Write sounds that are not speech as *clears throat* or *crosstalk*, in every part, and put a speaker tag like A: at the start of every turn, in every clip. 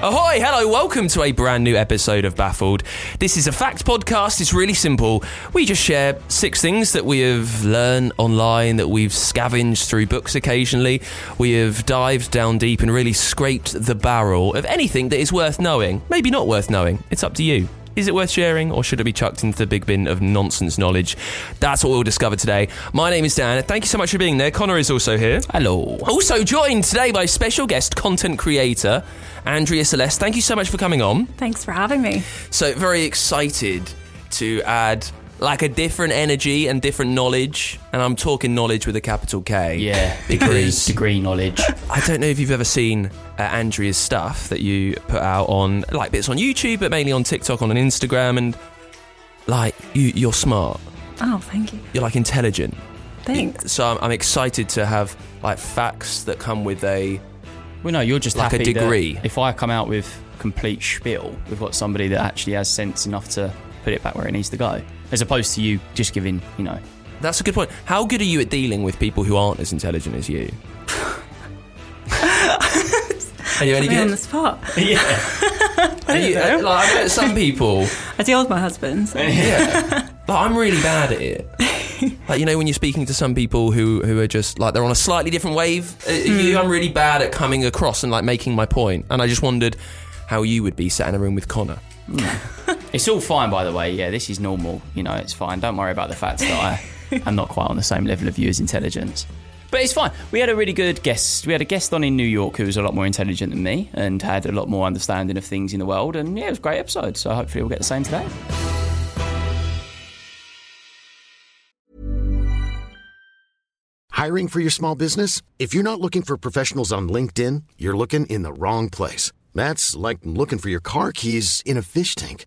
A: Ahoy, hello, welcome to a brand new episode of Baffled. This is a fact podcast, it's really simple. We just share six things that we have learned online, that we've scavenged through books occasionally. We have dived down deep and really scraped the barrel of anything that is worth knowing. Maybe not worth knowing, it's up to you. Is it worth sharing or should it be chucked into the big bin of nonsense knowledge? That's what we'll discover today. My name is Dan. and Thank you so much for being there. Connor is also here.
B: Hello.
A: Also joined today by special guest content creator Andrea Celeste. Thank you so much for coming on.
C: Thanks for having me.
A: So very excited to add like a different energy and different knowledge, and I'm talking knowledge with a capital K.
B: Yeah, degree,
A: because
B: degree knowledge.
A: I don't know if you've ever seen uh, Andrea's stuff that you put out on like bits on YouTube, but mainly on TikTok, on Instagram, and like you, you're smart,
C: Oh, thank you.
A: you're like intelligent.
B: *laughs*
C: Thanks.
A: So I'm, I'm excited to have like facts that come with a
B: Well, no, you're just
A: Like a
B: happy that
A: degree.
B: if I come out with complete spiel, we've got somebody that actually has sense enough to put it back where it needs to go, as opposed to you just giving, you know.
A: That's a good point. How good are you at dealing with people who aren't as intelligent as you? are you any
C: Put me on the
A: good?
C: spot.
B: *laughs* Yeah.
A: Are you, uh, like, I bet some people.
C: I deal with my husband. so-
A: Yeah. Like, I'm really bad at it. Like you know when you're speaking to some people who who are just like they're on a slightly different wave. Uh, You, I'm really bad at coming across and like making my point. And I just wondered how you would be sat in a room with Connor.
B: It's all fine, by the way. Yeah, this is normal. You know, it's fine. Don't worry about the fact that *laughs* I am not quite on the same level of you as intelligence. But it's fine. We had a really good guest. We had a guest on in New York who was a lot more intelligent than me and had a lot more understanding of things in the world. And yeah, it was a great episode. So hopefully we'll get the same today.
D: Hiring for your small business? If you're not looking for professionals on LinkedIn, you're looking in the wrong place. That's like looking for your car keys in a fish tank.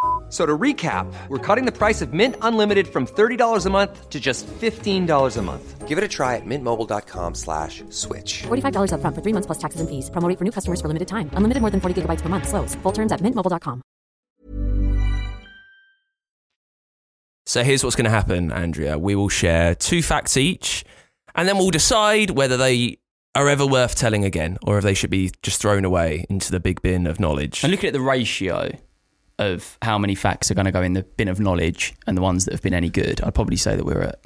E: So to recap, we're cutting the price of Mint Unlimited from $30 a month to just $15 a month. Give it a try at mintmobile.com slash switch.
F: $45 up front for three months plus taxes and fees. Promo rate for new customers for limited time. Unlimited more than 40 gigabytes per month. Slows. Full terms at mintmobile.com.
A: So here's what's going to happen, Andrea. We will share two facts each, and then we'll decide whether they are ever worth telling again or if they should be just thrown away into the big bin of knowledge.
B: And looking at the ratio of how many facts are going to go in the bin of knowledge and the ones that have been any good, I'd probably say that we're at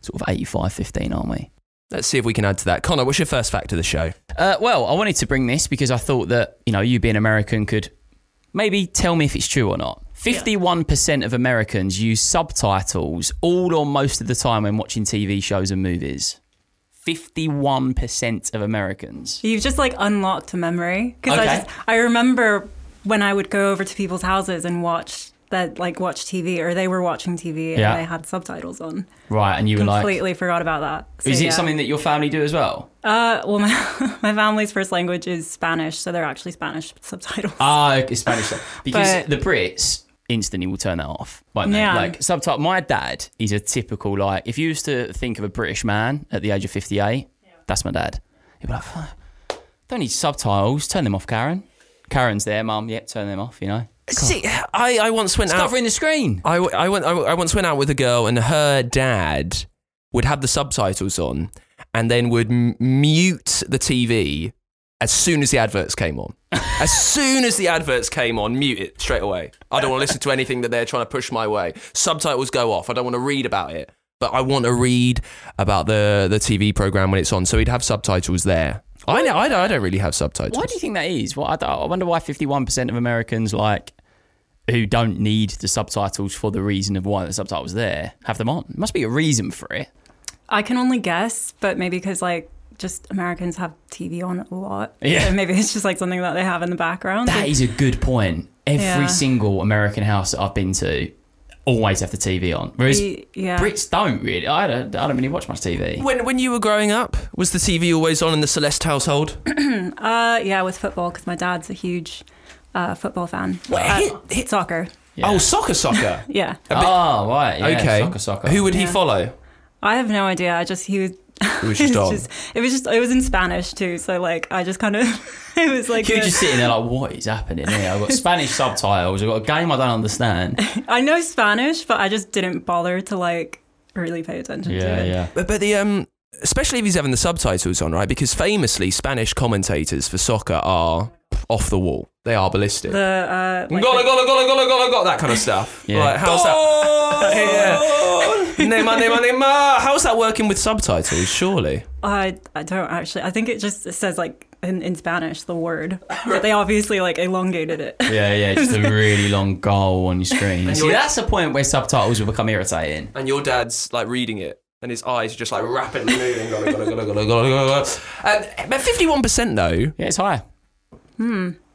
B: sort of 85 15, aren't we?
A: Let's see if we can add to that. Connor, what's your first fact of the show?
B: Uh, well, I wanted to bring this because I thought that, you know, you being American could maybe tell me if it's true or not. 51% of Americans use subtitles all or most of the time when watching TV shows and movies. 51% of Americans.
C: You've just like unlocked a memory because
B: Okay.
C: I just I remember when I would go over to people's houses and watch that like watch TV or they were watching TV
B: Yeah.
C: and they had subtitles on.
B: Right, and you were like,
C: Completely forgot about that. So,
B: is it
C: yeah.
B: something that your family do as well?
C: Uh, well, my, my *laughs* family's first language is Spanish, so they're actually Spanish subtitles.
B: Ah, okay,
C: *laughs*
B: Spanish stuff. Because
C: But-
B: the Brits instantly will turn that off. Won't
C: Yeah.
B: they? Like subtitle. My dad is a typical like. If you was to think of a British man at the age of fifty-eight, that's my dad. He'd be like, "Fuck, "Don't need subtitles. Turn them off, Karen. Karen's there, Mum. Yep, turn them off. You know,
A: See, I, I once went out.
B: covering the screen.
A: I, I, went, I, I once went out with a girl, and her dad would have the subtitles on and then would m- mute the TV as soon as the adverts came
B: *laughs*
A: on. as soon as the adverts came on, mute it straight away. I don't want to listen to anything that they're trying to push my way. Subtitles go off. I don't want to read about it, but I want to read about the, the TV program when it's on. So he'd have subtitles there. I, know, I, don't- I don't really have subtitles.
B: Why do you think that is? Well, I, don't- I wonder why fifty-one percent of Americans like who don't need the subtitles for the reason of why the subtitles there have them on. Must be a reason for it.
C: I can only guess, but maybe because like just Americans have TV on a lot.
B: Yeah.
C: So maybe it's just like something that they have in the background.
B: That is a good point. Every
C: Yeah.
B: single American house that I've been to, always have the TV on. Whereas
C: Y- yeah.
B: Brits don't really. I don't, I don't really watch much TV.
A: When when you were growing up, was the TV always on in the Celeste household?
C: Uh, yeah, with football because my dad's a huge uh, football fan.
A: Wait,
C: Uh,
A: hit- hit-
C: soccer.
B: Yeah.
A: Oh, soccer,
B: *laughs*
A: soccer.
C: Yeah,
B: oh, right. Yeah,
A: okay.
B: Soccer, soccer.
A: Who would he follow?
C: I have no idea. I just he was. It *laughs*
A: was just on.
C: it was just. It was in Spanish too. So like, I just kind of. *laughs* It was like.
B: You're
C: the-
B: just sitting there like, what is happening here?
C: *laughs*
B: I've got Spanish subtitles. I've got a game I don't understand.
C: I know Spanish, but I just didn't bother to like really pay attention to
B: Yeah,
C: it.
B: yeah.
A: But, but the um, especially if he's having the subtitles on, right? Because famously, Spanish commentators for soccer are off the wall. They are ballistic.
C: The uh, like
A: Gola,
C: the-
A: gola, gola, gola, gola, gola, that kind of stuff.
B: Yeah.
A: Like, how's that? *laughs* yeah. Neymar, Neymar, Neymar. How's that working with subtitles? Surely.
C: I I don't actually. I think it just says like in, in Spanish the word, but they obviously like elongated it.
B: Yeah, yeah, just a really long goal on your
A: *laughs*
B: screen. See, that's the point where subtitles will become irritating.
A: And your dad's like reading it, and his eyes are just like rapidly moving. Gola, gola, gola, gola, gola, gola. Um, but fifty-one percent though,
B: Yeah, it's high.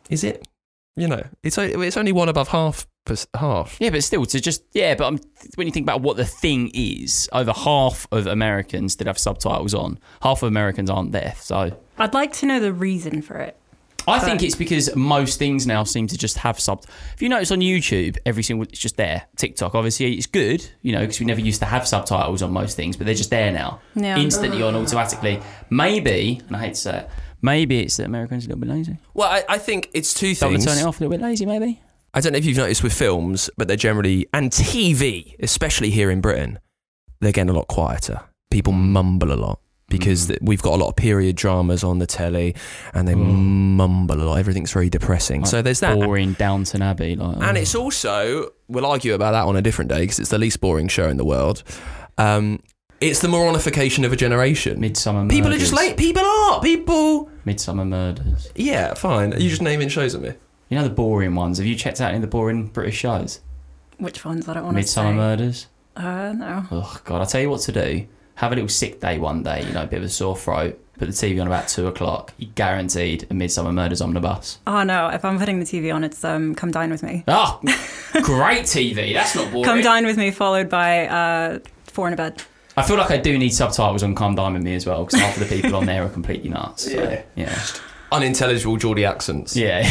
A: is it? You know, it's o- it's only one above half. pers- Half.
B: Yeah, but still, to just yeah, but i when you think about what the thing is, over half of Americans that have subtitles on, half of Americans aren't deaf. So
C: I'd like to know the reason for it.
B: I think it's because most things now seem to just have sub. If you notice on YouTube, every single it's just there. TikTok, obviously, it's good, you know, because we never used to have subtitles on most things, but they're just there now,
C: Yeah.
B: instantly on automatically. Maybe, and I hate to say it, maybe it's that Americans are a little bit lazy.
A: Well, I, I think it's two
B: Don't want
A: things.
B: to turn it off a little bit lazy, maybe.
A: I don't know if you've noticed with films, but they're generally, and TV, especially here in Britain, they're getting a lot quieter. People
B: Mm.
A: mumble a lot because th- we've got a lot of period dramas on the telly and they mumble a lot. Everything's very depressing. so there's that.
B: Mm. boring Oh. Downton Abbey. Like,
A: And it's also, we'll argue about that on a different day because it's the least boring show in the world. Um, it's the moronification of a generation.
B: Midsummer
A: People are just
B: Murders.
A: late. People are. People.
B: Midsummer Murders.
A: Yeah, fine. Are you just naming shows at me?
B: You know the boring ones. Have you checked out any of the boring British shows?
C: Which ones? I don't want to say.
B: Midsummer Murders.
C: Uh, no.
B: Oh God, I tell you what to do. Have a little sick day one day. You know, a bit of a sore throat. Put the TV on about two o'clock. You guaranteed a Midsummer Murders omnibus.
C: Oh no! If I'm putting the TV on, it's um, come dine with me. *laughs*
B: Oh, great TV. That's not boring.
C: Come dine with me, followed by uh, four in a bed.
B: I feel like I do need subtitles on Come Dine with Me as well because half of the people on there are completely nuts. So,
A: Yeah.
B: *laughs* yeah,
A: Unintelligible Geordie accents.
B: yeah.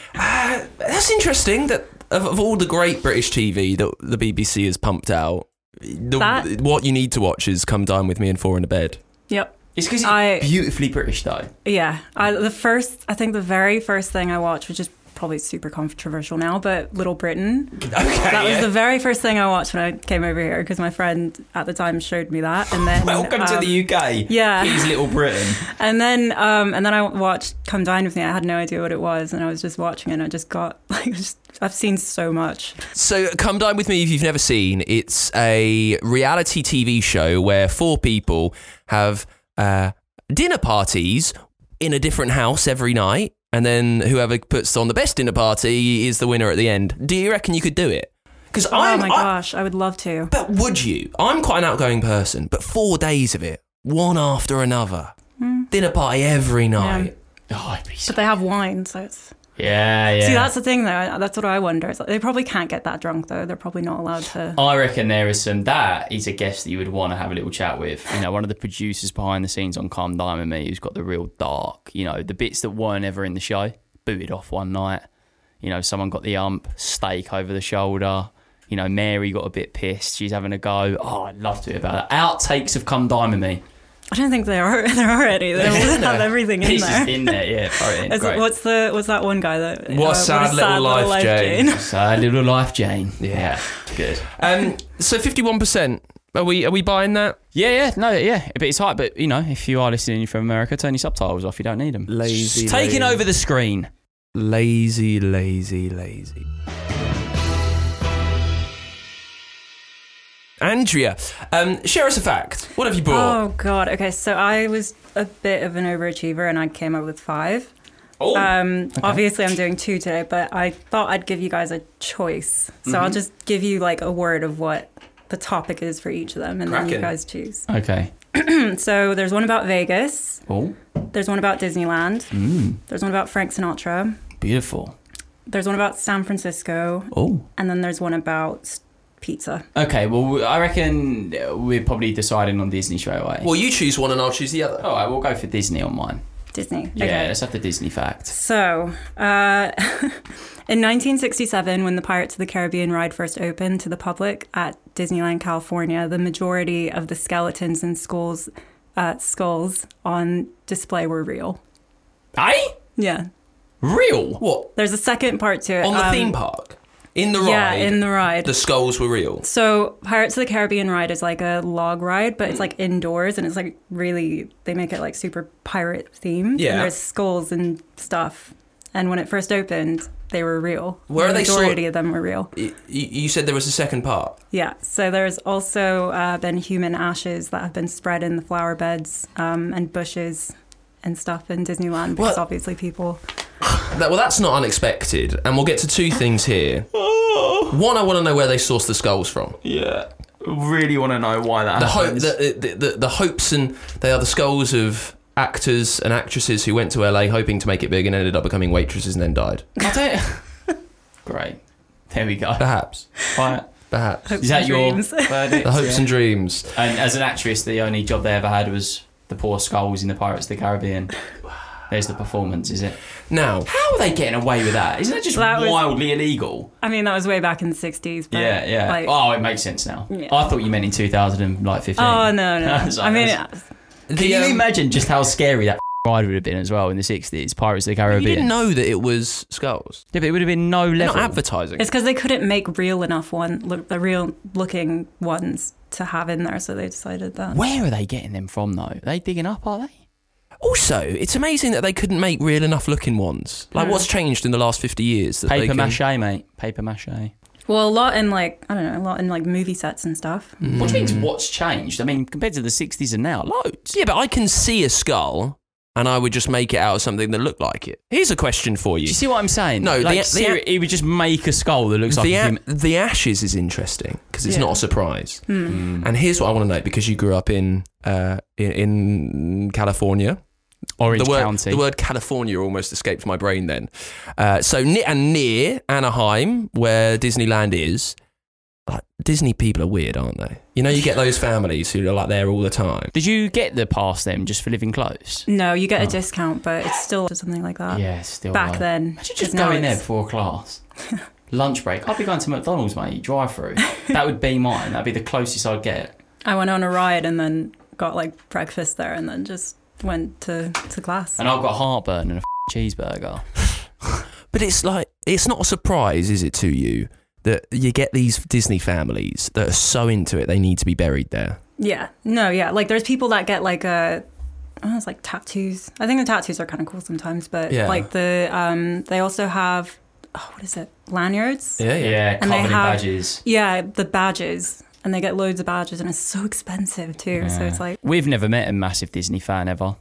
B: *laughs*
A: That's interesting that of, of all the great British TV that the BBC has pumped out, the,
C: That-
A: what you need to watch is Come Dine With Me and Four in a Bed.
C: Yep.
B: it's because it's
C: I-
B: beautifully British though.
C: Yeah. I, the first, I think, the very first thing I watched, which is probably super controversial now, but Little Britain. that was the very first thing I watched when I came over here because my friend at the time showed me that, and then
B: Welcome to
C: um,
B: the UK.
C: yeah.
B: Here's Little Britain.
C: And then, um, and then I watched Come Dine with Me. I had no idea what it was, and I was just watching it. and I just got *laughs* like, just, I've seen so much.
A: So, Come Dine With Me, if you've never seen, it's a reality TV show where four people have uh, dinner parties in a different house every night. And then whoever puts on the best dinner party is the winner at the end. Do you reckon you could do it? Because
C: Oh
A: I'm,
C: my
A: I-
C: gosh, I would love to.
A: But would you? I'm quite an outgoing person, but four days of it, one after another,
C: Hmm.
A: dinner party every night.
B: Oh, it'd be so-
C: But they have wine, so it's.
B: yeah, yeah.
C: See, that's the thing, though. I- That's what I wonder. It's like, they probably can't get that drunk, though. They're probably not allowed to.
B: I reckon there is some. That is a guest that you would want to have a little chat with. You know, one of the producers behind the scenes on Calm Down with Me, who's got the real dark. You know, the bits that weren't ever in the show. Booted off one night. You know, someone got the ump, stake over the shoulder. You know, Mary got a bit pissed. She's having a go. Oh, I'd love to hear about that. Outtakes of Come Dine with Me.
C: I don't think there *laughs* are there are any. They all have everything in
B: It's just
C: there.
B: in there, yeah.
C: *laughs*
B: Throw it in.
C: It's-
B: Great.
C: what's the what's that one guy that? uh,
A: What a sad little life, Jane.
B: Sad little life, Jane. Yeah, good.
A: Um, so fifty-one percent. Are we are we buying that?
B: Yeah, yeah, no, yeah. But it's hard. But you know, if you are listening from America, turn your subtitles off. You don't need them.
A: Lazy,
B: Just taking
A: lazy.
B: over the screen.
A: Lazy, lazy, lazy. Andrea, um, share us a fact. What have you brought?
C: Oh God. Okay, so I was a bit of an overachiever, and I came up with five.
A: Oh,
C: Um, Obviously, I'm doing two today, but I thought I'd give you guys a choice. So
A: Mm-hmm.
C: I'll just give you like a word of what the topic is for each of them, and then you
A: Cracking.
C: guys choose.
B: Okay.
C: So there's one about Vegas.
B: Oh,
C: There's one about Disneyland.
A: Mm.
C: There's one about Frank Sinatra.
B: beautiful.
C: There's one about San Francisco,
B: Oh,
C: and then there's one about s- pizza.
B: Okay, well, I reckon we're probably deciding on Disney straight away.
A: Well, you choose one and I'll choose the other.
B: All right, we'll go for Disney on mine.
C: Disney.
B: Yeah, let's have the Disney fact.
C: So, uh, *laughs* in 1967, when the Pirates of the Caribbean ride first opened to the public at Disneyland California, the majority of the skeletons and skulls, uh, skulls on display were real.
A: Hey?
C: Yeah.
A: Real? What?
C: There's a second part to it.
A: On the
C: um,
A: theme park? In the
C: Yeah,
A: ride?
C: in the ride.
A: The skulls were real.
C: So Pirates of the Caribbean ride is like a log ride, but it's like
A: Hmm.
C: indoors and it's like really they make it like super pirate themed.
A: Yeah.
C: And there's skulls and stuff. And when it first opened, they were real.
A: Where are
C: the
A: they sort-
C: majority of them were real.
A: Y- y- You said there was a second part.
C: Yeah. So there's also uh, been human ashes that have been spread in the flower beds um, and bushes and stuff in Disneyland because
A: What?
C: obviously people.
A: That, well, that's not unexpected, and we'll get to two things here.
B: Oh.
A: One, I want to know where they sourced the skulls from.
B: Yeah, really want to know why that
A: The, hope, the, the, the, the hopes and they are the skulls of actors and actresses who went to LA hoping to make it big and ended up becoming waitresses and then
B: *laughs*
A: died.
B: I don't... Great. There we go.
A: Perhaps,
B: Right.
A: perhaps.
B: Is that
C: and
B: your
C: dreams.
B: verdict?
A: The hopes
B: Yeah.
A: and dreams.
B: And as an actress, the only job they ever had was the poor skulls in the Pirates of the Caribbean. There's the performance, is it?
A: Now,
B: How are they getting away with that? Isn't that just
C: That was-
B: wildly illegal?
C: I mean, that was way back in the 60s. But,
B: yeah, yeah.
C: Like,
B: oh, it makes sense now.
C: Yeah.
B: I thought you meant in 2015. Like 15.
C: oh,
A: *laughs*
C: no, no.
B: *laughs* I was like,
C: I mean,
B: that's-
A: the,
B: Can you
A: um,
B: imagine just how scary that *laughs* ride would have been as well in the 60s? Pirates of the Caribbean.
A: you didn't know that it was skulls.
B: Yeah, but it would have been no
A: They're
B: level.
A: not advertising.
C: It's because they couldn't make real enough one, look, the real looking ones to have in there, so they decided that.
B: Where are they getting them from though? Are they digging up, are they?
A: Also, it's amazing that they couldn't make real enough looking ones. Like, what's changed in the last 50 years? That they
B: Paper
A: can- Mm.
B: mache, mate. Paper mache.
C: Well, a lot in like I don't know, a lot in like movie sets and stuff.
B: What do you mean what's changed? I mean, compared to the 60s and now, loads.
A: Yeah, but I can see a skull and I would just make it out of something that looked like it. Here's a question for
B: Do
A: you.
B: you see what I'm saying?
A: No,
B: like,
A: the- the-
B: seri- it would just make a skull that looks like
A: The,
B: a
A: a-
B: human.
A: the ashes is interesting because it's
C: Yeah.
A: not a surprise. And here's what I want to know because you grew up in uh, in, in California.
B: Orange
A: the word,
B: County.
A: The word California almost escaped my brain then. Uh, so ne- and near Anaheim, where Disneyland is, like, Disney people are weird, aren't they? You know, you get those families who are like there all the time.
B: Did you get the pass then just for living close?
C: No, you get a discount, but it's still something like that.
B: Oh. yeah, still.
C: Back
B: though.
C: then,
B: Imagine just
C: 'cause now
B: going there
C: it's-
B: before class. Lunch break. I'd be going to McDonald's, mate. Drive through. That would be mine. That'd be the closest I'd get.
C: I went on a ride and then got like breakfast there, and then just went to to class.
B: And I've got heartburn and a cheeseburger.
A: But it's like it's not a surprise, is it to you, that you get these Disney families that are so into it they need to be buried there.
C: Yeah, no, yeah, like there's people that get like a. I don't know, it's like tattoos. I think the tattoos are kind of cool sometimes, but
A: Yeah.
C: like the um, they also have oh, what is it lanyards?
B: Yeah,
C: And
B: covered
C: they
B: in
C: have-
B: badges.
C: Yeah, the badges. And they get loads of badges, and it's so expensive too. So it's like,
B: We've never met a massive Disney fan ever.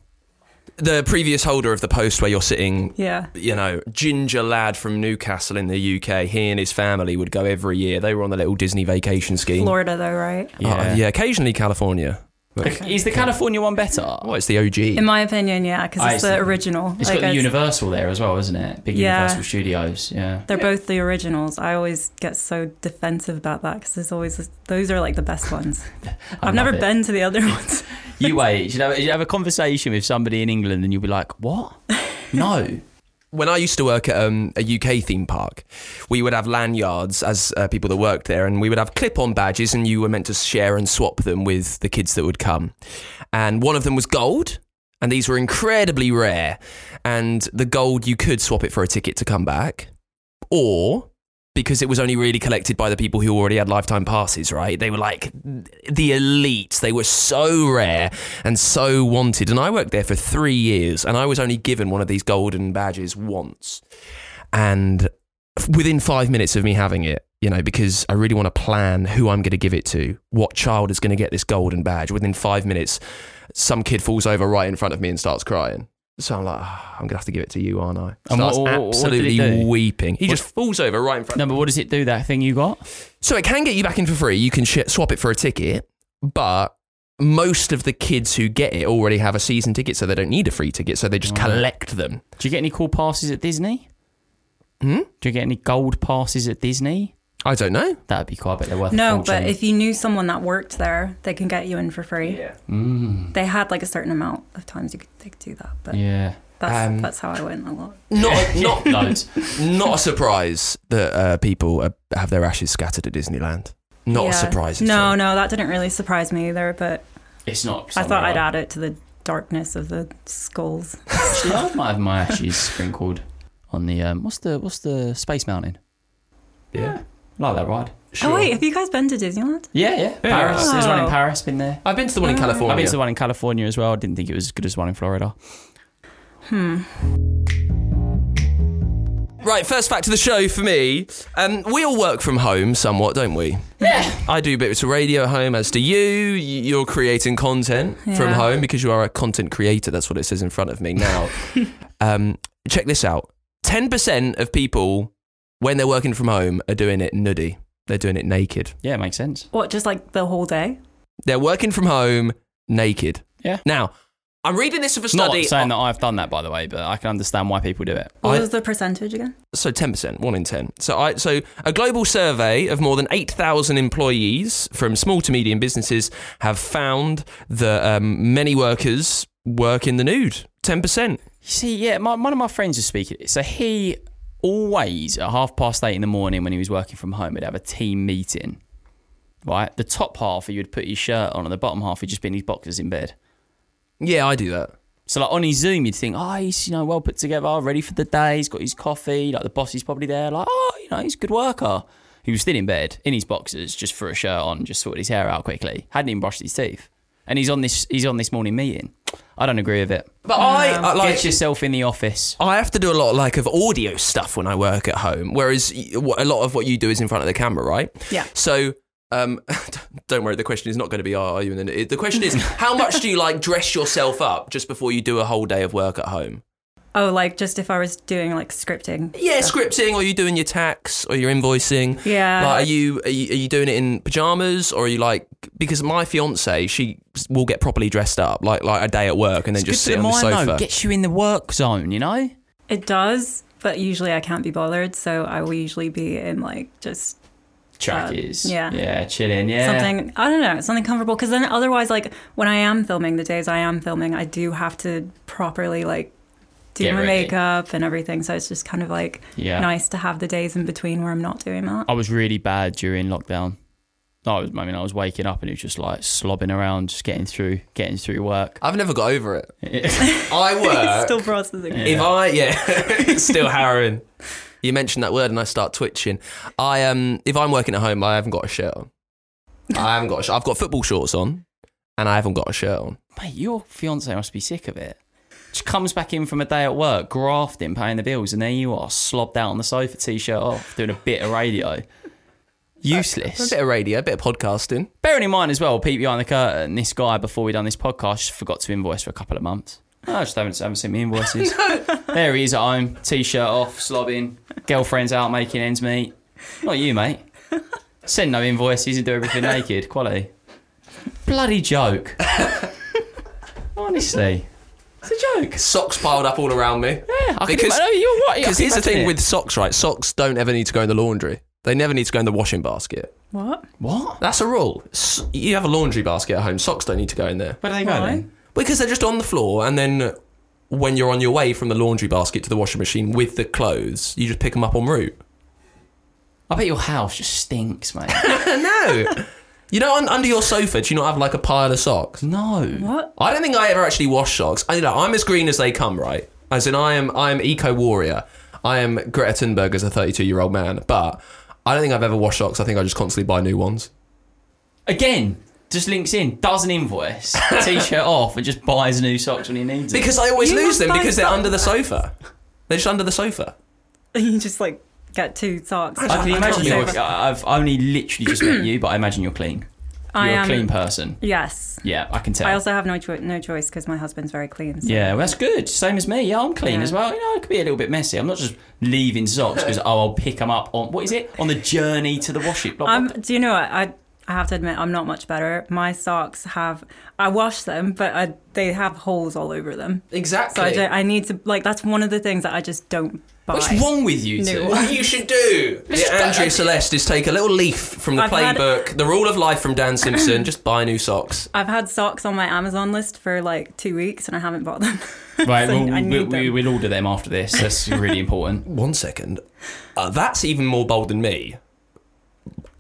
A: The previous holder of the post where you're sitting
C: yeah.
A: you know, ginger lad from Newcastle in the UK, he and his family would go every year. They were on the little Disney vacation scheme.
C: Florida, though, right?
A: Yeah,
B: Yeah.
A: yeah occasionally California.
B: Is the California one better?
A: Oh, it's the OG.
C: In my opinion, yeah, because
B: I
C: it's
B: see.
C: the original.
B: It's
C: Like,
B: got the Universal there as well, isn't it? Big
C: Yeah.
B: Universal Studios. Yeah.
C: They're both the originals. I always get so defensive about that because there's always those are like the best
B: *laughs*
C: ones. I've never
B: love it.
C: been to the other *laughs* ones.
B: You wait. You have, you have a conversation with somebody in England, and you'll be like, "What? No."
A: when I used to work at um, a UK theme park, we would have lanyards as uh, people that worked there, and we would have clip-on badges, and you were meant to share and swap them with the kids that would come. And one of them was gold, and these were incredibly rare. And the gold you could swap it for a ticket to come back, or because it was only really collected by the people who already had lifetime passes, right? They were like the elite. They were so rare and so wanted. And I worked there for three years and I was only given one of these golden badges once. And within five minutes of me having it, you know, because I really want to plan who I'm going to give it to, what child is going to get this golden badge. Within five minutes, some kid falls over right in front of me and starts crying. So I'm like, "Ah, I'm going to have to give it to you, aren't I?
B: And what-
A: Starts
B: what- what did
A: absolutely
B: he do?
A: weeping. He
B: What-
A: just falls over right in front.
B: No, but what does it do? That thing you got?
A: So it can get you back in for free. You can sh- swap it for a ticket, but most of the kids who get it already have a season ticket, so they don't need a free ticket. So they just collect them.
B: Do you get any cool passes at Disney? Hmm? Do you get any gold passes at Disney?
A: I don't know.
B: That would be quite a bit. They're worth a
C: No,
B: fortune.
C: but if you knew someone that worked there, they can get you in for free. Yeah.
B: Mm.
C: They had like a certain amount of times you could they could do that, but
B: yeah, Um,
C: that's that's how I went a lot.
A: Not
B: *laughs*
A: not
B: loads.
A: not a surprise that uh, people uh, have their ashes scattered at Disneyland. Not
C: Yeah.
A: a surprise. at
C: No,
A: all.
C: no, that didn't really surprise me either. But
B: It's not.
C: I thought
B: somewhere
C: I'd
B: I-
C: add it to the darkness of the skulls.
B: Actually, I might have my ashes sprinkled on the um, what's the what's the space mountain?
A: Yeah.
B: Like that ride.
C: Oh wait, have you guys been to Disneyland?
B: Yeah, yeah. Oh, Paris. There's one in
C: Oh.
B: Paris. Been there.
A: I've been to the one in California.
B: I've been to the one in California as well. I didn't think it was as good as one in Florida.
A: Right, first fact of the show for me. Um, we all work from home somewhat, don't we? Yeah. I do bits of radio at home, as do you. Y- You're creating content from
C: Yeah.
A: home because you are a content creator. That's what it says in front of me now. um, check this out 10% of people, when they're working from home, are doing it nuddy. They're doing it naked.
B: Yeah, it makes sense.
C: What, just like the whole day?
A: They're working from home naked.
B: Yeah.
A: Now, I'm reading this of a
B: Not
A: study.
B: saying that I've done that, by the way, but I can understand why people do it.
C: What
A: I-
C: was the percentage again?
A: so 10%, 1 in 10. So I so a global survey of more than 8,000 employees from small to medium businesses have found that um, many workers work in the nude. 10%.
B: You see, yeah, my, one of my friends was speaking. So he always at half past eight in the morning when he was working from home, he'd have a team meeting. Right, the top half he would put his shirt on, and the bottom half he'd just be in his boxers in bed.
A: Yeah, I do that.
B: So like on his Zoom, you'd think, oh, he's you know well put together, ready for the day. He's got his coffee. Like the boss is probably there. Like oh, you know he's a good worker. He was still in bed in his boxers, just threw a shirt on, just sorted his hair out quickly. Hadn't even brushed his teeth, and he's on this he's on this morning meeting. I don't agree with it.
A: But I, I like
B: Get yourself in the office.
A: I have to do a lot like of audio stuff when I work at home, whereas y- what- a lot of what you do is in front of the camera, right?
C: Yeah.
A: So, um, *laughs* don't worry. The question is not going to be, "Oh, "Are you?" In the, the *laughs* question is, how much do you like dress yourself up just before you do a whole day of work at home?
C: Oh, like just if I was doing like scripting.
A: Yeah, scripting, or you doing your tax, or your invoicing.
C: Yeah.
A: Like, are you are you, are you doing it in pajamas, or are you like because my fiance she will get properly dressed up like like a day at work and then just
B: good
A: sit on
B: for
A: the
B: mind, though.
A: sofa.
B: Gets you in the work zone. You know.
C: It does, but usually I can't be bothered, so I will usually be in like just
B: Trackers.
C: Um, yeah.
B: Yeah. Chilling. Yeah.
C: something I don't know, something comfortable. Because then otherwise, like when I am filming, the days I am filming, I do have to properly like do
B: Get
C: my
B: ready.
C: makeup and everything. So it's just kind of like
B: Yeah.
C: nice to have the days in between where I'm not doing that.
B: I was really bad during lockdown. I was, I mean, I was waking up and it was just like slobbing around, just getting through, getting through work.
A: *laughs*
B: *laughs*
A: I've never got over it. *laughs* I Oh,
C: *laughs*
A: work.
C: Still processing.
A: *laughs* If I yeah, *laughs*
B: *laughs*
A: still harrowing. You mentioned that word and I start twitching. I um if I'm working at home, I haven't got a shirt
B: *laughs*
A: on. I haven't got. A sh- I've got football shorts on, and I haven't got a shirt on.
B: Mate, your fiance must be sick of it. She comes back in from a day at work, grafting, paying the bills, and there you are, slobbed out on the sofa, t-shirt off, doing a bit of radio.
A: A
B: Useless.
A: bit of radio, a bit of podcasting.
B: Bearing in mind as well, peep behind the curtain, this guy before we done this podcast just forgot to invoice for a couple of months. No, I just haven't, haven't seen me invoices. *laughs* There he is at home, t-shirt off, slobbing, girlfriend's out making ends meet. Not you, mate. Send no invoices and do everything naked. Quality. Bloody joke. Honestly, it's a joke.
A: Socks piled up all around me.
B: Yeah, I can
A: Because-
B: ima- no, you're right. I
A: Because
B: can
A: here's the
B: imagine
A: thing
B: it.
A: with socks, right? Socks don't ever need to go in the laundry. They never need to go in the washing basket.
C: What?
B: what?
A: That's a rule. S- You have a laundry basket at home. Socks don't need to go in there
B: Where do they go
C: Why?
B: then?
A: because they're just on the floor. And then when you're on your way from the laundry basket to the washing machine with the clothes, you just pick them up en route.
B: I bet your house just stinks, *laughs* mate.
A: No, you know, un- under your sofa, do you not have like a pile of socks?
B: no.
C: What? *laughs*
A: I don't think I ever actually wash socks. I, you know, I'm as green as they come, right? As in, I am, I am eco warrior. I am Greta Thunberg as a 32 year old man. But I don't think I've ever washed socks. I think I just constantly buy new ones.
B: Again, just links in, does
C: *laughs*
B: an invoice, t-shirt off, and just buys new socks when he needs it.
A: Because I always
C: You
A: lose
C: must
A: them
C: buy
A: because they're
C: socks.
A: under the sofa. They're just under the sofa.
C: You just like get two socks.
B: I can
C: on the
B: imagine you're.
C: sofa.
B: I've only literally just met you, but I imagine you're clean. You're
C: I
B: a
C: am-
B: clean person.
C: Yes.
B: Yeah, I can tell.
C: I also have no cho- no choice because my husband's very clean. So.
B: yeah, well, that's good. Same as me. Yeah, I'm clean
C: Yeah.
B: as well. You know, I could be a little bit messy. I'm not just leaving socks because oh, I'll pick them up on what is it on the journey to the wash it. Blah, blah.
C: Um, do you know what? I I have to admit, I'm not much better. My socks have, I wash them, but I, they have holes all over them.
A: Exactly.
C: So I, don't- I need to, like, that's one of the things that I just don't buy.
B: What's wrong with you two?
C: No.
A: What you should do, yeah, Andrea Celeste, is take a little leaf from the
C: I've had-
A: playbook, The Rule of Life from Dan Simpson, just buy new socks.
C: I've had socks on my Amazon list for like two weeks and I haven't bought them. *laughs*
B: Right,
C: So
B: we'll,
C: I
B: we,
C: need
B: we,
C: them.
B: we'll order them after this. That's
C: *laughs*
B: really important.
A: One second. Uh, that's even more bold than me.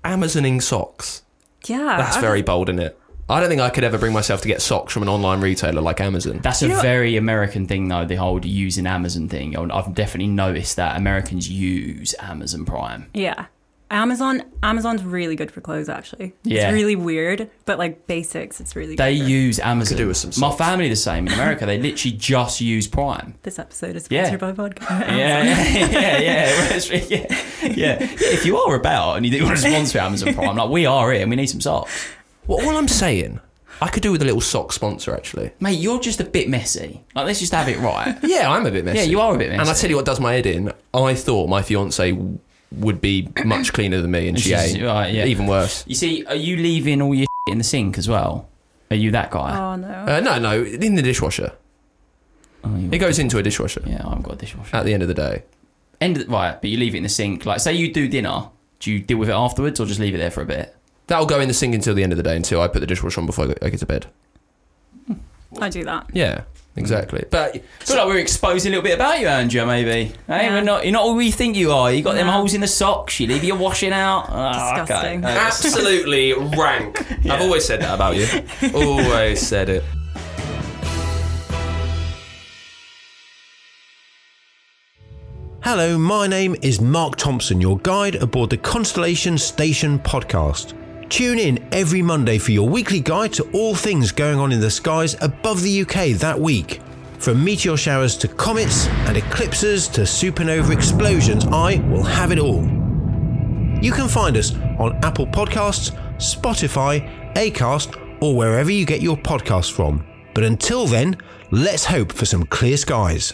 A: Amazoning socks.
C: yeah.
A: That's
C: I've-
A: very bold, isn't it? I don't think I could ever bring myself to get socks from an online retailer like Amazon.
B: That's a very American thing, though, the whole using Amazon thing. I- I've definitely noticed that Americans use Amazon Prime.
C: Yeah. Amazon Amazon's really good for clothes actually.
B: Yeah.
C: It's really weird, but like basics it's really
B: They
C: good. for-
B: use Amazon.
A: do with some
B: My
A: socks.
B: family the same. In America, they literally just use Prime.
C: This episode is
B: Yeah.
C: sponsored by vodka.
B: *laughs* Yeah, yeah, yeah, yeah, yeah, yeah. If you are about and you do want to sponsor Amazon Prime, like we are here and we need some socks,
A: What all I'm saying, I could do with a little sock sponsor, actually.
B: mate. You're just a bit messy. Like let's just have it right.
A: Yeah, I'm a bit messy.
B: Yeah, you are a bit
A: And I
B: messy.
A: tell you what does my head in. I thought my fiance w- would be much cleaner than me, and she
B: She's-
A: ain't.
B: right, yeah.
A: Even worse.
B: You see, are you leaving all your shit in the sink as well? Are you that guy?
C: *laughs* Oh no.
A: Uh, no, no, in the dishwasher.
B: Oh, you-
A: It goes into a dishwasher
B: yeah, I've got a dishwasher.
A: at the end of the day.
B: End of the, right, but you leave it in the sink. Like, say you do dinner, do you deal with it afterwards or just leave it there for a bit?
A: That'll go in the sink until the end of the day until I put the dishwasher on before I go- I get to bed.
C: I do that.
A: Yeah, exactly. But
B: I feel like we're exposing a little bit about you, Andrea. Maybe, hey,
C: Yeah.
B: we're not. You're not all we think you are. You got them
C: No.
B: holes in the socks. You leave your washing out. Ah, okay.
C: Disgusting.
B: Uh,
A: absolutely
B: *laughs*
A: rank. I've always said that about you. always said it.
G: Hello, my name is Mark Thompson, your guide aboard the Constellation Station podcast. Tune in every Monday for your weekly guide to all things going on in the skies above the UK that week. From meteor showers to comets and eclipses to supernova explosions, I will have it all. You can find us on Apple Podcasts, Spotify, Acast, or wherever you get your podcasts from. But until then, let's hope for some clear skies.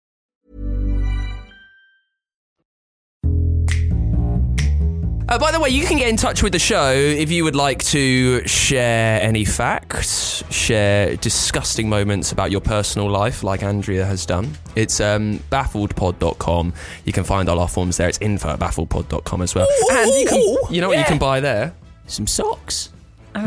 A: Uh, by the way, you can get in touch with the show if you would like to share any facts, share disgusting moments about your personal life, like Andrea has done. It's um, baffledpod.com. You can find all our forms there. It's info at baffledpod.com as well. and you, can, you know what you can buy there?
B: some socks.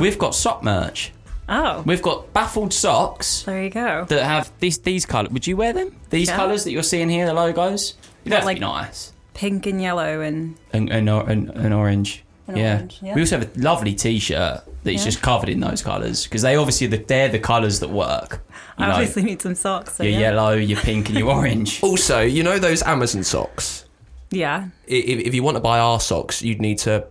B: We've got sock merch.
C: Oh.
B: We've got baffled socks
C: There you go.
B: that have these these colours. Would you wear them? These
C: Yeah.
B: colours that you're seeing here, the logos. You'd have to
C: like-
B: be nice.
C: Pink and yellow and
B: An, an, or- an, an orange.
C: An
B: yeah.
C: orange, yeah.
B: We also have a lovely T-shirt that is
C: Yeah.
B: just covered in those colours because they obviously the, they're the colours that work. You
C: I
B: know,
C: obviously need some socks. So
B: your
C: yeah.
B: yellow, your
C: *laughs*
B: pink, and your orange.
A: Also, you know those Amazon socks?
C: Yeah.
A: I- If, if you want to buy our socks, you'd need to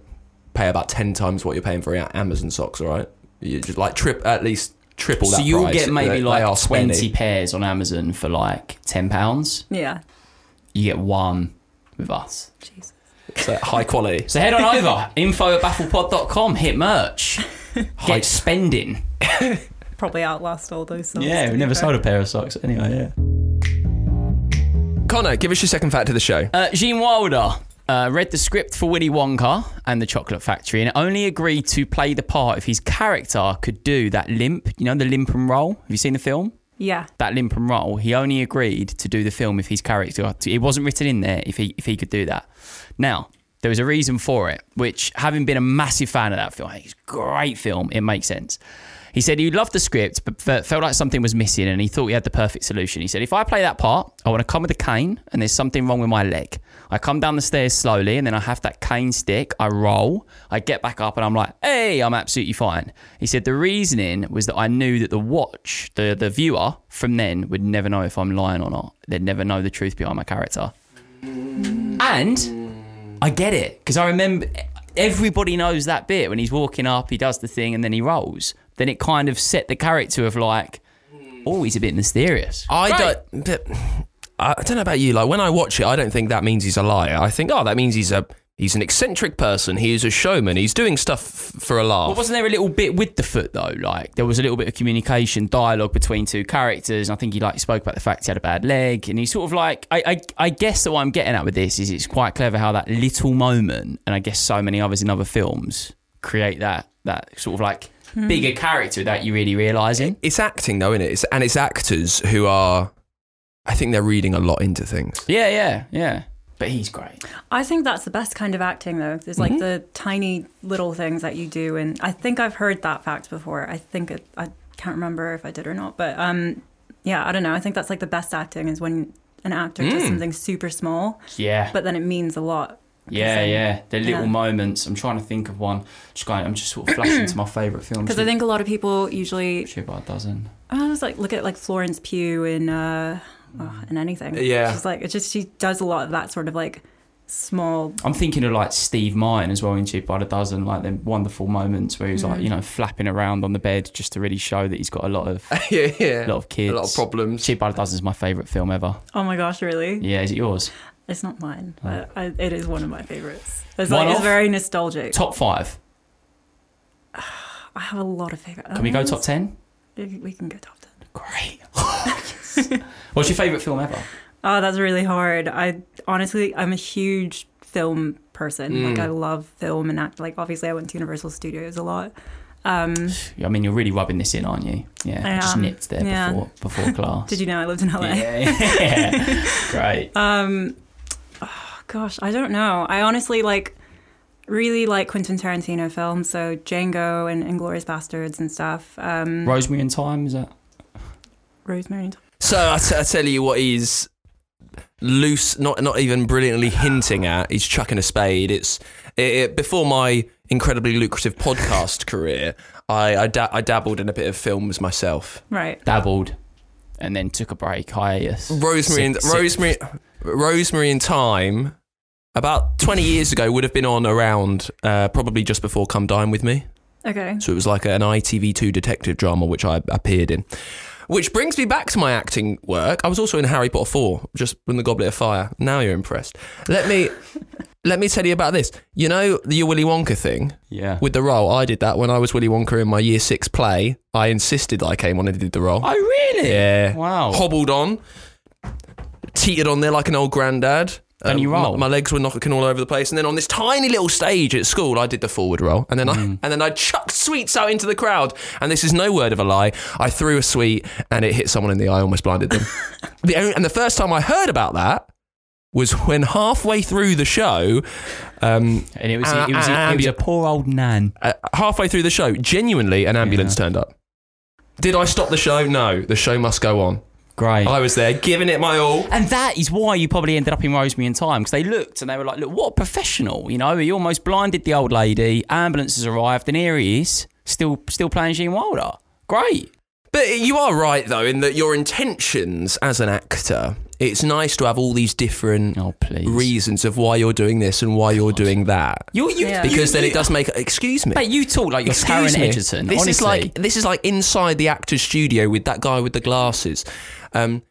A: pay about 10 times what you're paying for our Amazon socks, all right? You just like trip at least triple that
B: so you'll
A: price.
B: get maybe
A: They- they
B: like
A: are
B: twenty
A: spendy.
B: pairs on Amazon for like ten pounds.
C: Yeah.
B: You get one with us.
C: Jesus.
A: So *laughs* high quality.
C: *laughs*
B: So head on over, info at bafflepod.com, hit merch, get spending.
C: Probably outlast all those songs.
B: Yeah, we never sold a pair of socks anyway, yeah.
A: Connor, give us your second fact of the show.
B: Uh, Gene Wilder uh, read the script for Willy Wonka and the Chocolate Factory and only agreed to play the part if his character could do that limp, you know, the limp and roll. Have you seen the film?
C: Yeah.
B: that limp and roll, he only agreed to do the film if his character. It wasn't written in there if he if he could do that. Now there was a reason for it, which having been a massive fan of that film, it's a great film. It makes sense. He said he loved the script, but fe- felt like something was missing, and he thought he had the perfect solution. He said, "If I play that part, I want to come with a cane, and there's something wrong with my leg. I come down the stairs slowly, and then I have that cane stick. I roll, I get back up, and I'm like, hey, I'm absolutely fine." He said the reasoning was that I knew that the watch, the the viewer from then would never know if I'm lying or not. They'd never know the truth behind my character, and I get it because I remember everybody knows that bit when he's walking up, he does the thing, and then he rolls. Then it kind of set the character of like, oh, he's a bit mysterious.
A: I don't.
B: Great.
A: But I don't know about you. Like when I watch it, I don't think that means he's a liar. I think, oh, that means he's a he's an eccentric person. He is a showman. He's doing stuff f- for a laugh.
B: But wasn't there a little bit with the foot though? Like there was a little bit of communication, dialogue between two characters, and I think he like spoke about the fact he had a bad leg, and he sort of like I I, I guess that what I'm getting at with this is it's quite clever how that little moment, and I guess so many others in other films create that that sort of like
C: Hmm.
B: bigger character without you really realizing.
A: it's acting though, isn't it? It's, and it's actors who are. I think they're reading a lot into things.
B: Yeah, yeah, yeah. But he's great.
C: I think that's the best kind of acting, though. There's
B: Mm-hmm.
C: like the tiny little things that you do, and I think I've heard that fact before. I think it, I can't remember if I did or not, but um, yeah, I don't know. I think that's like the best acting is when an actor
B: Mm.
C: does something super small,
B: Yeah.
C: but then it means a lot.
B: yeah, yeah. The little
C: Yeah.
B: moments. I'm trying to think of one. Just going, I'm just sort of flashing to my
C: *laughs*
B: favourite films.
C: Because I think a lot of people usually,
B: Shit by a dozen.
C: I was like, look at like Florence Pugh in uh, oh, in anything.
A: Yeah.
C: she's like, it's just she does a lot of that sort of like small.
B: I'm thinking of like Steve Martin as well in Cheap by the Dozen, like them wonderful moments where he's like, you know, flapping around on the bed just to really show that he's got a lot of
A: *laughs* yeah, yeah.
B: a lot of kids.
A: a lot of problems.
B: Cheap by the Dozen is my favourite film ever.
C: Oh my gosh, really?
B: Yeah, is it yours?
C: It's not mine, but I, it is one of my favorites. It's
B: One
C: like it's
B: off?
C: very nostalgic.
B: Top five.
C: I have a lot of favorite.
B: Can we go top ten?
C: We we can go top ten.
B: Great. *laughs* Yes. What's your favourite film ever?
C: Oh, that's really hard. I honestly, I'm a huge film person. Like
B: Mm.
C: I love film and act. Like obviously, I went to Universal Studios a lot.
B: I mean, you're really rubbing this in, aren't you? Yeah, I,
C: I
B: just
C: am.
B: nipped there
C: Yeah.
B: before before class. *laughs*
C: Did you know I lived in LA?
B: yeah. *laughs* Great.
C: Gosh, I don't know. I honestly like really like Quentin Tarantino films, so Django and Inglorious Bastards and stuff. Um,
B: Rosemary and Time, is that?
C: Rosemary. and-
A: So I, t- I tell you what he's loose, not not even brilliantly hinting at. He's chucking a spade. It's it, it, before my incredibly lucrative podcast career. I I, da- I dabbled in a bit of films myself.
C: Right.
B: Dabbled and then took a break, hiatus.
A: Rosemary and
B: Six- six-
A: Rosemary Rosemary and Time. About 20 years ago, would have been on around uh, probably just before Come Dine with Me.
C: Okay.
A: So it was like an ITV2 detective drama, which I appeared in. Which brings me back to my acting work. I was also in Harry Potter 4, just in the Goblet of Fire. Now you're impressed. Let me *laughs* let me tell you about this. You know the Willy Wonka thing
B: Yeah.
A: with the role. I did that when I was Willy Wonka in my year six play. I insisted that I came on and did the role.
B: oh, really?
A: yeah.
B: Wow.
A: Hobbled on, teetered on there like an old granddad. Um,
B: And you
A: my-
B: roll.
A: My, legs were knocking all over the place, and then on this tiny little stage at school, I did the forward roll, and then I
B: Mm.
A: and then I chucked sweets out into the crowd. And this is no word of a lie. I threw a sweet, and it hit someone in the eye, almost blinded
B: *laughs*
A: them. the only, and the first time I heard about that was when halfway through the show, um,
B: And it was, it, was, it was a poor old nan.
A: uh, halfway through the show, genuinely, an ambulance turned up. Did I stop the show? No. The show must go on.
B: Great.
A: I was there, giving it my all.
B: and that is why you probably ended up in Rosemary in time because they looked and they were like, look, what a professional. You know, he almost blinded the old lady. Ambulance has arrived and here he is, still, still playing Gene Wilder. Great.
A: But you are right, though, in that your intentions as an actor, it's nice to have all these different
B: Oh, please.
A: reasons of why you're doing this and why you're doing that.
B: You, you,
C: Yeah.
A: Because then it does make. Excuse me.
B: Mate, you talk like you're
A: Excuse
B: Karen
A: me.
B: Edgerton.
A: This
B: honestly.
A: is like this is like inside the actor's studio with that guy with the glasses. Um,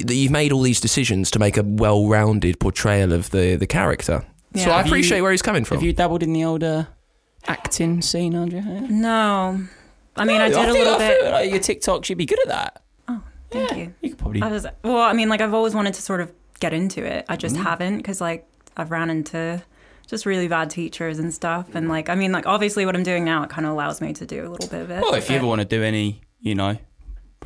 A: that you've made all these decisions to make a well-rounded portrayal of the the character. So I
B: Have
A: appreciate
B: you-
A: where he's coming from.
B: Have you dabbled in the older acting scene, Andrea? Yeah.
C: No. I mean, I did
B: a
C: a little bit. Oh,
B: Like your TikTok, you'd be good at that.
C: Thank you.
B: You could probably.
C: I was well. I mean, like I've always wanted to sort of get into it. I
B: Mm-hmm.
C: just haven't because like I've ran into just really bad teachers and stuff.
B: Mm-hmm.
C: And like I mean, like obviously what I'm doing now, it kind of allows me to do a little bit of it.
B: well, if you ever want to do any, you know,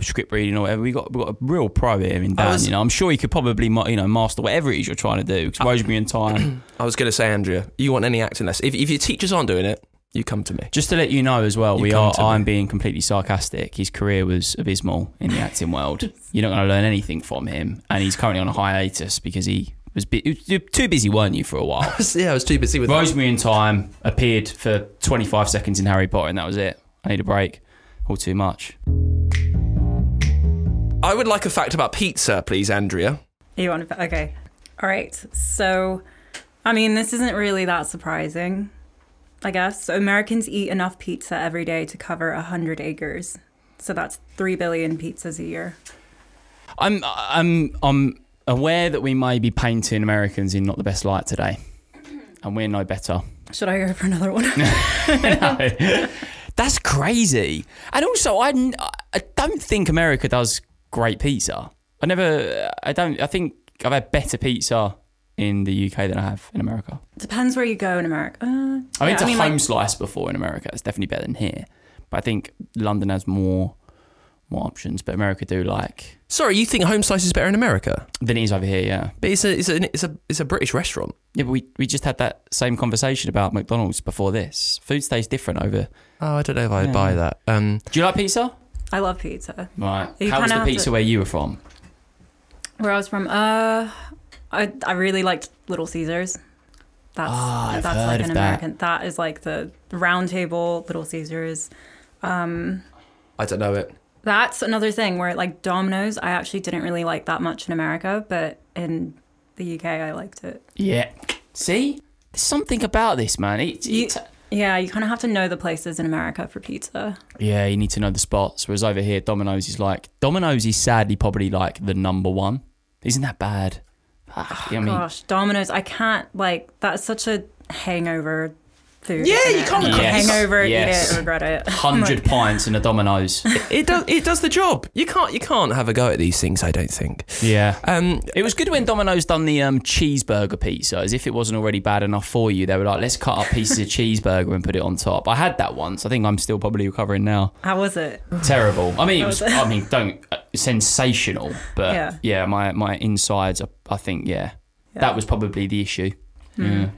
B: script reading or whatever, we got we got a real pro here in Dan.
A: was-
B: you know, I'm sure he could probably, ma- you know, master whatever it is you're trying to do. Because Rosemary
A: *clears throat*
B: and Tyne.
A: I was going to say, Andrea, you want any acting lesson? If, if your teachers aren't doing it, you come to me.
B: Just to let you know as well,
A: You
B: we
A: come
B: are.
A: to me.
B: I'm being completely sarcastic. His career was abysmal in the
A: *laughs*
B: acting world. You're not going to learn anything from him, and he's currently on a hiatus because he was bu- you were too busy, weren't you, for
A: *laughs*
B: a while?
A: yeah, I was too busy with
B: Rosemary in Time appeared for 25 seconds in Harry Potter, and that was it. I need a break. All too much.
A: I would like a fact about pizza, please, Andrea.
C: You want to? Okay. All right. So, I mean, this isn't really that surprising, I guess. So Americans eat enough pizza every day to cover hundred acres. So that's three billion pizzas a year.
B: I'm I'm I'm aware that we may be painting Americans in not the best light today, and we're no better.
C: Should I go for another
B: *laughs*
C: one? *laughs*
B: That's crazy. And also, I, n- I don't think America does great pizza. I never, I don't, I think I've had better pizza in the UK than I have in America.
C: Depends where you go in America. Uh,
B: I
C: yeah,
B: went to home
C: like-
B: slice before in America. It's definitely better than here. But I think London has more more options. But America do like,
A: Sorry, you think home slice is better in America?
B: than it is over here, yeah.
A: But it's a, it's a, it's a, it's a British restaurant.
B: Yeah, but we, we just had that same conversation about McDonald's before this. Food stays different over.
A: Oh, I don't know if I'd buy that. Um,
B: Do you like pizza?
C: I love pizza.
B: Right.
C: You
B: How was
C: kinda
B: the
C: have to-
B: pizza where you were from?
C: Where I was from, uh, I I really liked Little Caesars. That's
B: Ah, I've
C: that's
B: heard
C: like
B: of
C: an
B: that.
C: American. that is like the round table Little Caesars.
A: I don't know it.
C: That's another thing where like Domino's, I actually didn't really like that much in America, but in the UK, I liked it.
B: Yeah. See? There's something about this, man. It,
C: You-
B: it-
C: Yeah, you kind of have to know the places in America for pizza.
B: yeah, you need to know the spots. Whereas over here, Domino's is like, Domino's is sadly probably like the number one. Isn't that bad? Ah, you know what I mean,
C: Gosh, Domino's, I can't like that's such a hangover food.
A: Yeah,
C: isn't
A: you
C: it?
A: can't
C: Like,
B: Yes.
C: hangover,
B: Yes.
C: eat it, regret it. *laughs*
B: hundred pints in a Domino's.
A: It does. It does the job. You can't. You can't have a go at these things. I don't think.
B: yeah.
A: Um,
B: It was good when Domino's done the um, cheeseburger pizza, as if it wasn't already bad enough for you. They were like, let's cut up pieces of cheeseburger and put it on top. I had that once. I think I'm still probably recovering *laughs* now.
C: How was it?
B: Hmm? Terrible. I mean, it was, I mean, don't uh, sensational, but yeah,
C: Yeah.
B: my my insides, are, I think, yeah, that was probably the issue.
A: uh,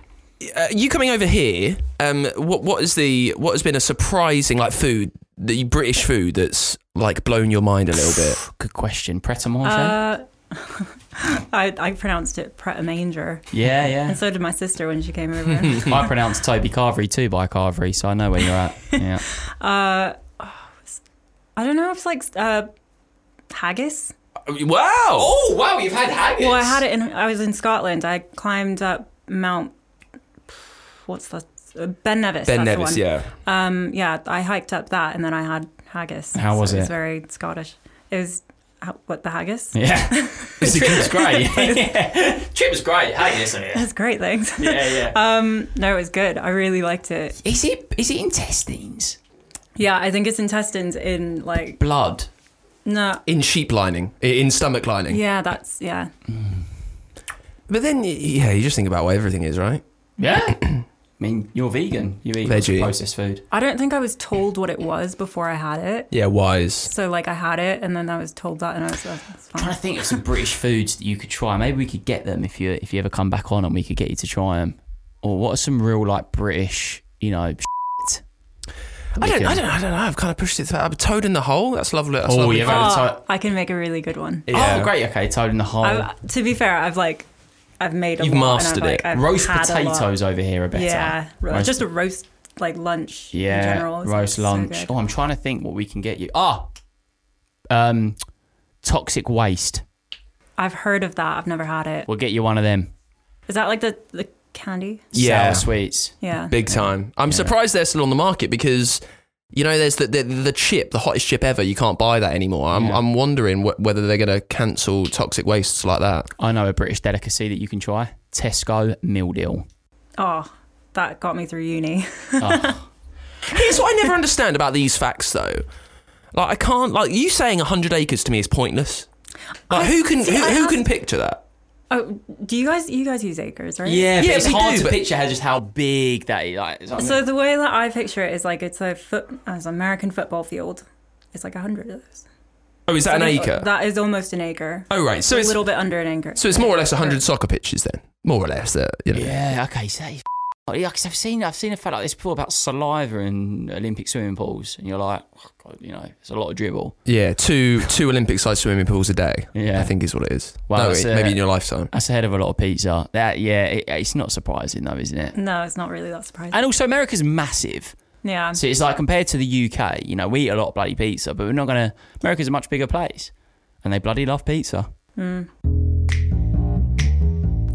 A: you coming over here? Um, what what is the what has been a surprising like food the British food that's like blown your mind a little
B: *laughs*
A: bit?
B: Good question. eh? Pret a manger.
C: Uh, *laughs* I, I pronounced it Pret a Manger.
B: yeah,
C: And
B: *laughs* yeah.
C: so did my sister when she came
B: *laughs*
C: over.
B: I pronounced Toby Carvery too by Carvery, so I know where you're *laughs* at. Yeah.
C: I don't know if it's like uh, haggis.
A: Wow! Oh
B: wow, you've had haggis.
C: Well, I had it in, I was in Scotland. I climbed up Mount, what's that? Uh, Ben Nevis.
A: Ben
C: that's the
A: Nevis,
C: one.
A: yeah.
C: Um, yeah, I hiked up that and then I had haggis.
B: How
C: So
B: was
C: It was
B: it?
C: very Scottish. It was, how- what, the haggis?
B: Yeah. *laughs* the trip was great. *laughs* Trip was great. Haggis. Yeah,
C: That's great, thanks. *laughs* Um,
B: yeah.
C: no, it was good. I really liked it.
B: is it is it intestines?
C: Yeah, I think it's intestines in like,
B: Blood.
C: no.
A: In sheep lining, i- in stomach lining.
C: Yeah, that's, yeah.
A: But then, y- yeah, you just think about where everything is, right?
B: Yeah. *clears throat* I mean, you're vegan. You eat
A: Veggie.
B: processed food.
C: I don't think I was told what it was before I had it.
A: Yeah, wise.
C: So like I had it, and then I was told that, and I was like, "That's
B: trying *laughs*
C: fine."
B: to think of some British foods that you could try. Maybe we could get them if you if you ever come back on, and we could get you to try them. Or what are some real like British, you know? Shit
A: I don't, I don't, I don't know. I've kind of pushed it. To, I'm toad in the hole. That's lovely. That's
B: Oh,
A: lovely.
B: yeah.
A: food.
B: Sorry.
C: I can make a really good one.
B: Oh, great. Okay, toad in the hole.
C: I, to be fair, I've like I've made a
A: Oh. You've
C: lot, and
A: mastered
C: I've, like,
A: it.
C: I've
B: roast
C: had a lot.
B: potatoes over here are better.
C: Yeah, ro-
B: Roast-
C: just a roast like lunch.
B: yeah,
C: in general. is
B: roast
C: so
B: lunch.
C: good.
B: oh, I'm trying to think what we can get you. Ah, um, toxic waste.
C: I've heard of that. I've never had it.
B: We'll get you one of them.
C: Is that like the the candy?
A: Yeah.
B: sour sweets.
C: Yeah.
A: Big time. I'm surprised they're still on the market because you know there's the the, the chip, the hottest chip ever. You can't buy that anymore. I'm I'm wondering wh- whether they're going to cancel toxic wastes like that.
B: I know a British delicacy that you can try. Tesco meal deal.
C: oh, that got me through uni. *laughs*
A: Here's what I never *laughs* understand about these facts, though. Like, I can't like you saying hundred acres to me is pointless. Like, who can
C: see,
A: who,
C: I
A: who
C: have-
A: can picture that?
C: Oh, do you guys you guys use acres, right?
B: Yeah, but
A: Yeah,
B: it's
A: we
B: hard
A: do,
B: to
A: but-
B: picture how, just how big that is. Like, is what I
C: So
B: mean.
C: the way that I picture it is like it's a foot as an American football field. It's like a hundred of those.
A: Oh, is that an acre?
C: That is almost an acre.
A: oh, right. So
C: a
A: it's
C: little bit under an acre.
A: so it's more or less hundred soccer pitches then, more or less. Uh, you know.
B: yeah, okay, so *laughs* that is f- yeah, because I've seen I've seen a fact like this before about saliva in Olympic swimming pools, and you're like, oh, God, you know, it's a lot of dribble.
A: Yeah, two two Olympic-sized swimming pools a day.
B: Yeah.
A: I think is what it is.
B: Wow,
A: no,
B: that's,
A: wait, maybe
B: uh,
A: in your lifetime.
B: That's a head of a lot of pizza. That yeah, it, it's not surprising though, isn't it?
C: No, it's not really that surprising.
B: And also, America's massive.
C: yeah.
B: So it's like compared to the UK, you know, we eat a lot of bloody pizza, but we're not gonna. America's a much bigger place, and they bloody love pizza.
C: Mm.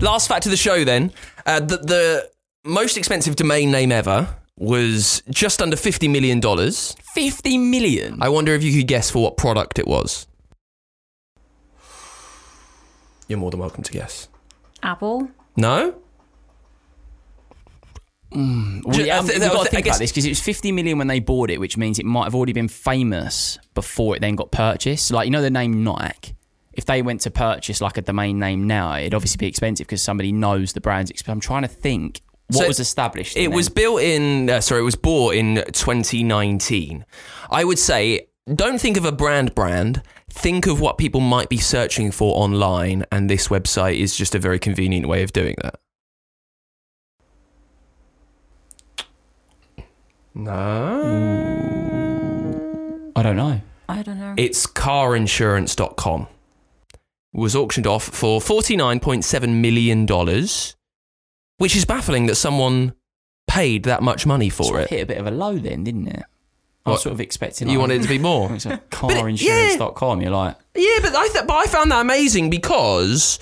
A: Last fact of the show, then uh, the, the most expensive domain name ever was just under fifty million dollars.
B: Fifty million.
A: I wonder if you could guess for what product it was. You're more than welcome to guess.
C: Apple.
A: No,
B: Well, yeah,
A: I
B: I,
A: th-
B: we've
A: I th-
B: got to
A: I
B: think
A: guess-
B: about this because it was 50 million when they bought it, which means it might have already been famous before it then got purchased. Like, you know, the name Nike. If they went to purchase like a domain name now, it'd obviously be expensive because somebody knows the brand's expensive. I'm trying to think what
A: So
B: was established.
A: it
B: then.
A: was built in. Uh, sorry, it was bought in 2019. I would say don't think of a brand brand. Think of what people might be searching for online, and this website is just a very convenient way of doing that. No.
B: I don't know.
C: I don't know.
A: It's carinsurance.com. Was auctioned off for $49.7 million, which is baffling that someone paid that much money for
B: Sort of
A: it.
B: hit a bit of a low then, didn't it? I
A: What?
B: was sort of expecting.
A: You
B: like, *laughs*
A: wanted it to be more. *laughs*
B: It's like
A: it-
B: carinsurance.com. You're like,
A: Yeah, but I th- but I found that amazing because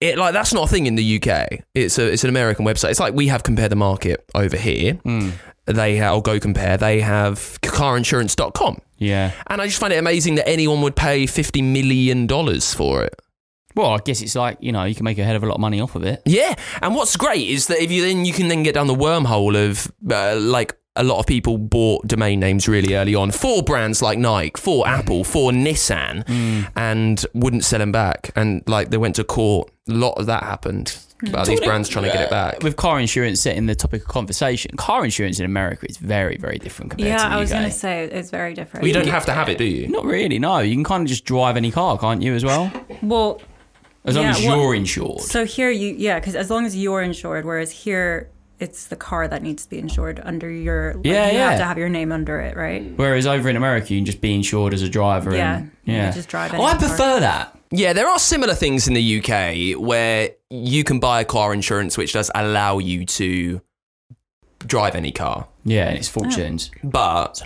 A: it like that's not a thing in the UK. It's a it's an American website. It's like we have compare the market over here.
B: hmm,
A: They have, or go compare. They have carinsurance.com.
B: yeah.
A: And I just find it amazing that anyone would pay fifty million dollars for it.
B: Well, I guess it's like you know you can make a head of a lot of money off of it.
A: Yeah, and what's great is that if you then you can then get down the wormhole of uh, like a lot of people bought domain names really early on for brands like Nike, for Apple, for Nissan, and wouldn't sell them back, and like they went to court. A lot of that happened about these brands trying to get it back.
B: with car insurance setting the topic of conversation, car insurance in America is very, very different compared
C: yeah,
B: to the
C: I was
B: UK.
C: going to say it's very different.
A: You don't have to have it, do you?
B: Not really, no. You can kind of just drive any car, can't you, as well?
C: Well,
B: As long
C: Yeah,
B: as
C: what-
B: you're insured.
C: so here you yeah, because as long as you're insured, whereas here it's the car that needs to be insured under your. Like,
B: Yeah,
C: you
B: yeah.
C: have to have your name under it, right?
B: Whereas over in America, you can just be insured as a driver.
C: Yeah,
B: And,
C: you
B: yeah.
C: just drive
B: Oh, I
C: any car.
B: prefer that.
A: Yeah, there are similar things in the UK where you can buy a car insurance which does allow you to drive any car.
B: Yeah, and it's fortunes.
A: but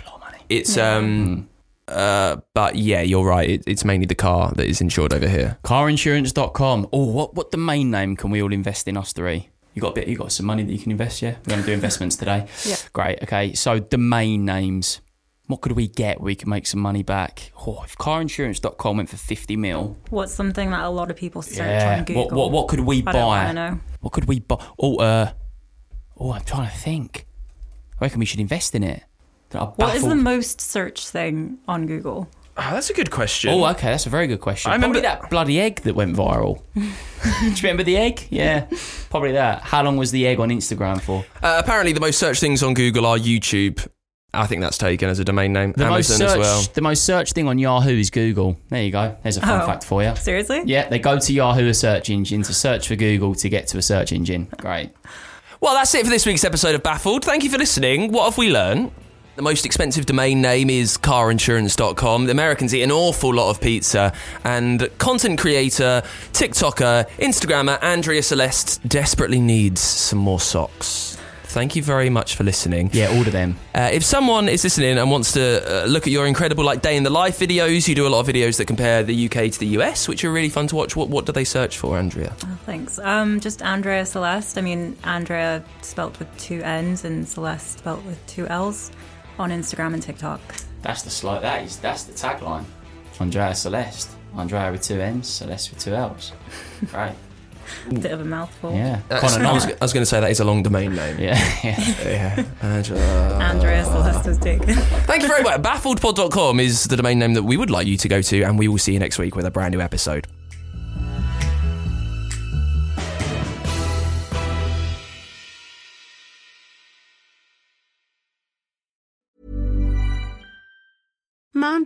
A: it's um uh but yeah you're right it, it's mainly the car that is insured over here
B: Carinsurance.com. Oh, what what domain name can we all invest in us three? You got a bit. You got some money that you can invest. Yeah, we're going to do
C: *laughs*
B: investments today. yeah. Great. Okay. So domain names. What could we get where we can make some money back? Oh, if carinsurance.com went for 50 mil,
C: What's something that a lot of people search on Google?
B: What, what what could we
C: I
B: buy?
C: don't wanna know.
B: What could we buy? Oh, uh, oh, I'm trying to think. I reckon we should invest in it. I'm
C: What is the
B: baffled.
C: most searched thing on Google?
A: oh, that's a good question
B: Oh, okay, that's a very good question.
A: I
B: I
A: remember-
B: remember that bloody egg that
C: *laughs*
B: went viral. Do you remember the egg? Yeah, probably that. How long was the egg on Instagram for?
A: uh, apparently the most searched things on google are youtube i think that's taken as a domain name
B: The most
A: amazon
B: searched,
A: as well
B: the most searched thing on Yahoo is Google. There you go. There's a fun
C: Oh.
B: fact for you.
C: Seriously?
B: Yeah, they go to Yahoo, a search engine, to search for Google to get to a search engine. Great.
A: well that's it for this week's episode of baffled thank you for listening what have we learned the most expensive domain name is carinsurance.com. The Americans eat an awful lot of pizza. And content creator, TikToker, Instagrammer Andrea Celeste desperately needs some more socks. Thank you very much for listening.
B: Yeah, order them.
A: Uh, if someone is listening and wants to uh, look at your incredible like day in the life videos, you do a lot of videos that compare the UK to the US, which are really fun to watch. What what do they search for, Andrea?
C: Thanks. Um, just Andrea Celeste. I mean, Andrea spelt with two N's and Celeste spelt with two L's on Instagram and TikTok.
B: That's the slow. That is that's the tagline. Andrea Celeste. Andrea with two M's, Celeste with two L's. Right.
C: Bit of a mouthful.
B: Yeah. *laughs*
A: That's-
B: Uh, Connor
A: I was,
B: Knight.
A: going to say that is a long domain name.
B: Yeah, yeah.
A: Yeah. Angela.
C: Andrea Sylvester's dick. *laughs*
A: Thank you very much. Baffledpod.com is the domain name that we would like you to go to, and we will see you next week with a brand new episode.
H: Mom